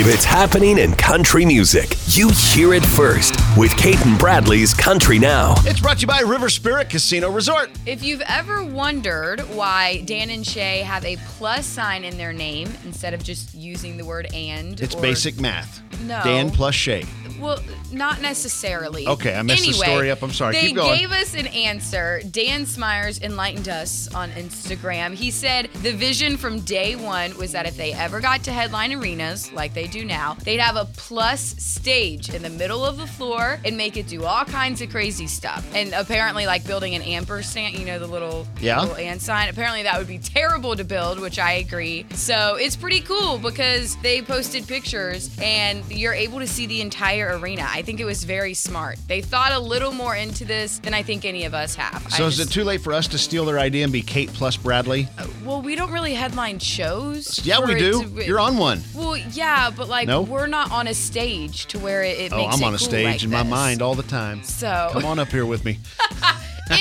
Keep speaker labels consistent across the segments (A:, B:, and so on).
A: if it's happening in country music, you hear it first with Kate and Bradley's Country Now.
B: It's brought to you by River Spirit Casino Resort.
C: If you've ever wondered why Dan and Shay have a plus sign in their name instead of just using the word and,
B: It's
C: or-
B: basic math.
C: No.
B: Dan plus Shay.
C: Well, not necessarily.
B: Okay, I messed the
C: Anyway,
B: story up. I'm sorry.
C: They
B: Keep going.
C: gave us an answer. Dan Smyers enlightened us on Instagram. He said the vision from day one was that if they ever got to headline arenas like they do now, they'd have a plus stage in the middle of the floor and make it do all kinds of crazy stuff. And apparently, like building an ampersand, you know, the little
B: Yeah.
C: little and sign. Apparently, that would be terrible to build, which I agree. So it's pretty cool because they posted pictures and you're able to see the entire arena. I think it was very smart. They thought a little more into this than I think any of us have. I
B: So is it
C: just-
B: too late for us to steal their idea and be Kate plus Bradley?
C: Well, we don't really headline shows.
B: Yeah,
C: for
B: we
C: it
B: do.
C: to-
B: You're on one.
C: Well, yeah, but like
B: No?
C: we're not on a stage to where it, it
B: Oh,
C: makes
B: I'm
C: it
B: on a
C: cool
B: stage
C: like
B: in my
C: this.
B: mind all the time.
C: So-
B: come on up here with me.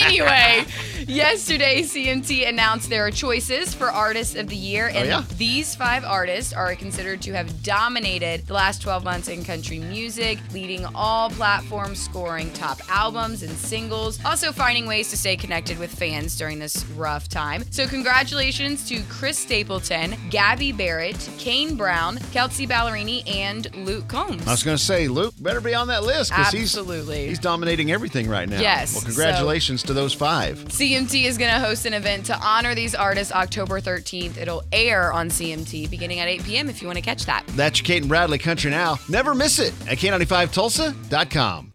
C: anyway, yesterday CMT announced there are choices for artists of the year, and
B: Oh, yeah?
C: these five artists are considered to have dominated the last 12 months in country music, leading all platforms, scoring top albums and singles, also finding ways to stay connected with fans during this rough time. So congratulations to Chris Stapleton, Gabby Barrett, Kane Brown, Kelsey Ballerini, and Luke Combs.
B: I was going to say, Luke, better be on that list because he's
C: Absolutely.
B: he's dominating everything right now.
C: Yes,
B: Well,
C: so-
B: congratulations to those five.
C: CMT is going to host an event to honor these artists October 13th. It'll air on CMT beginning at 8 p.m. if you want to catch that.
B: That's your Kate and Bradley Country Now. Never miss it at K95Tulsa.com.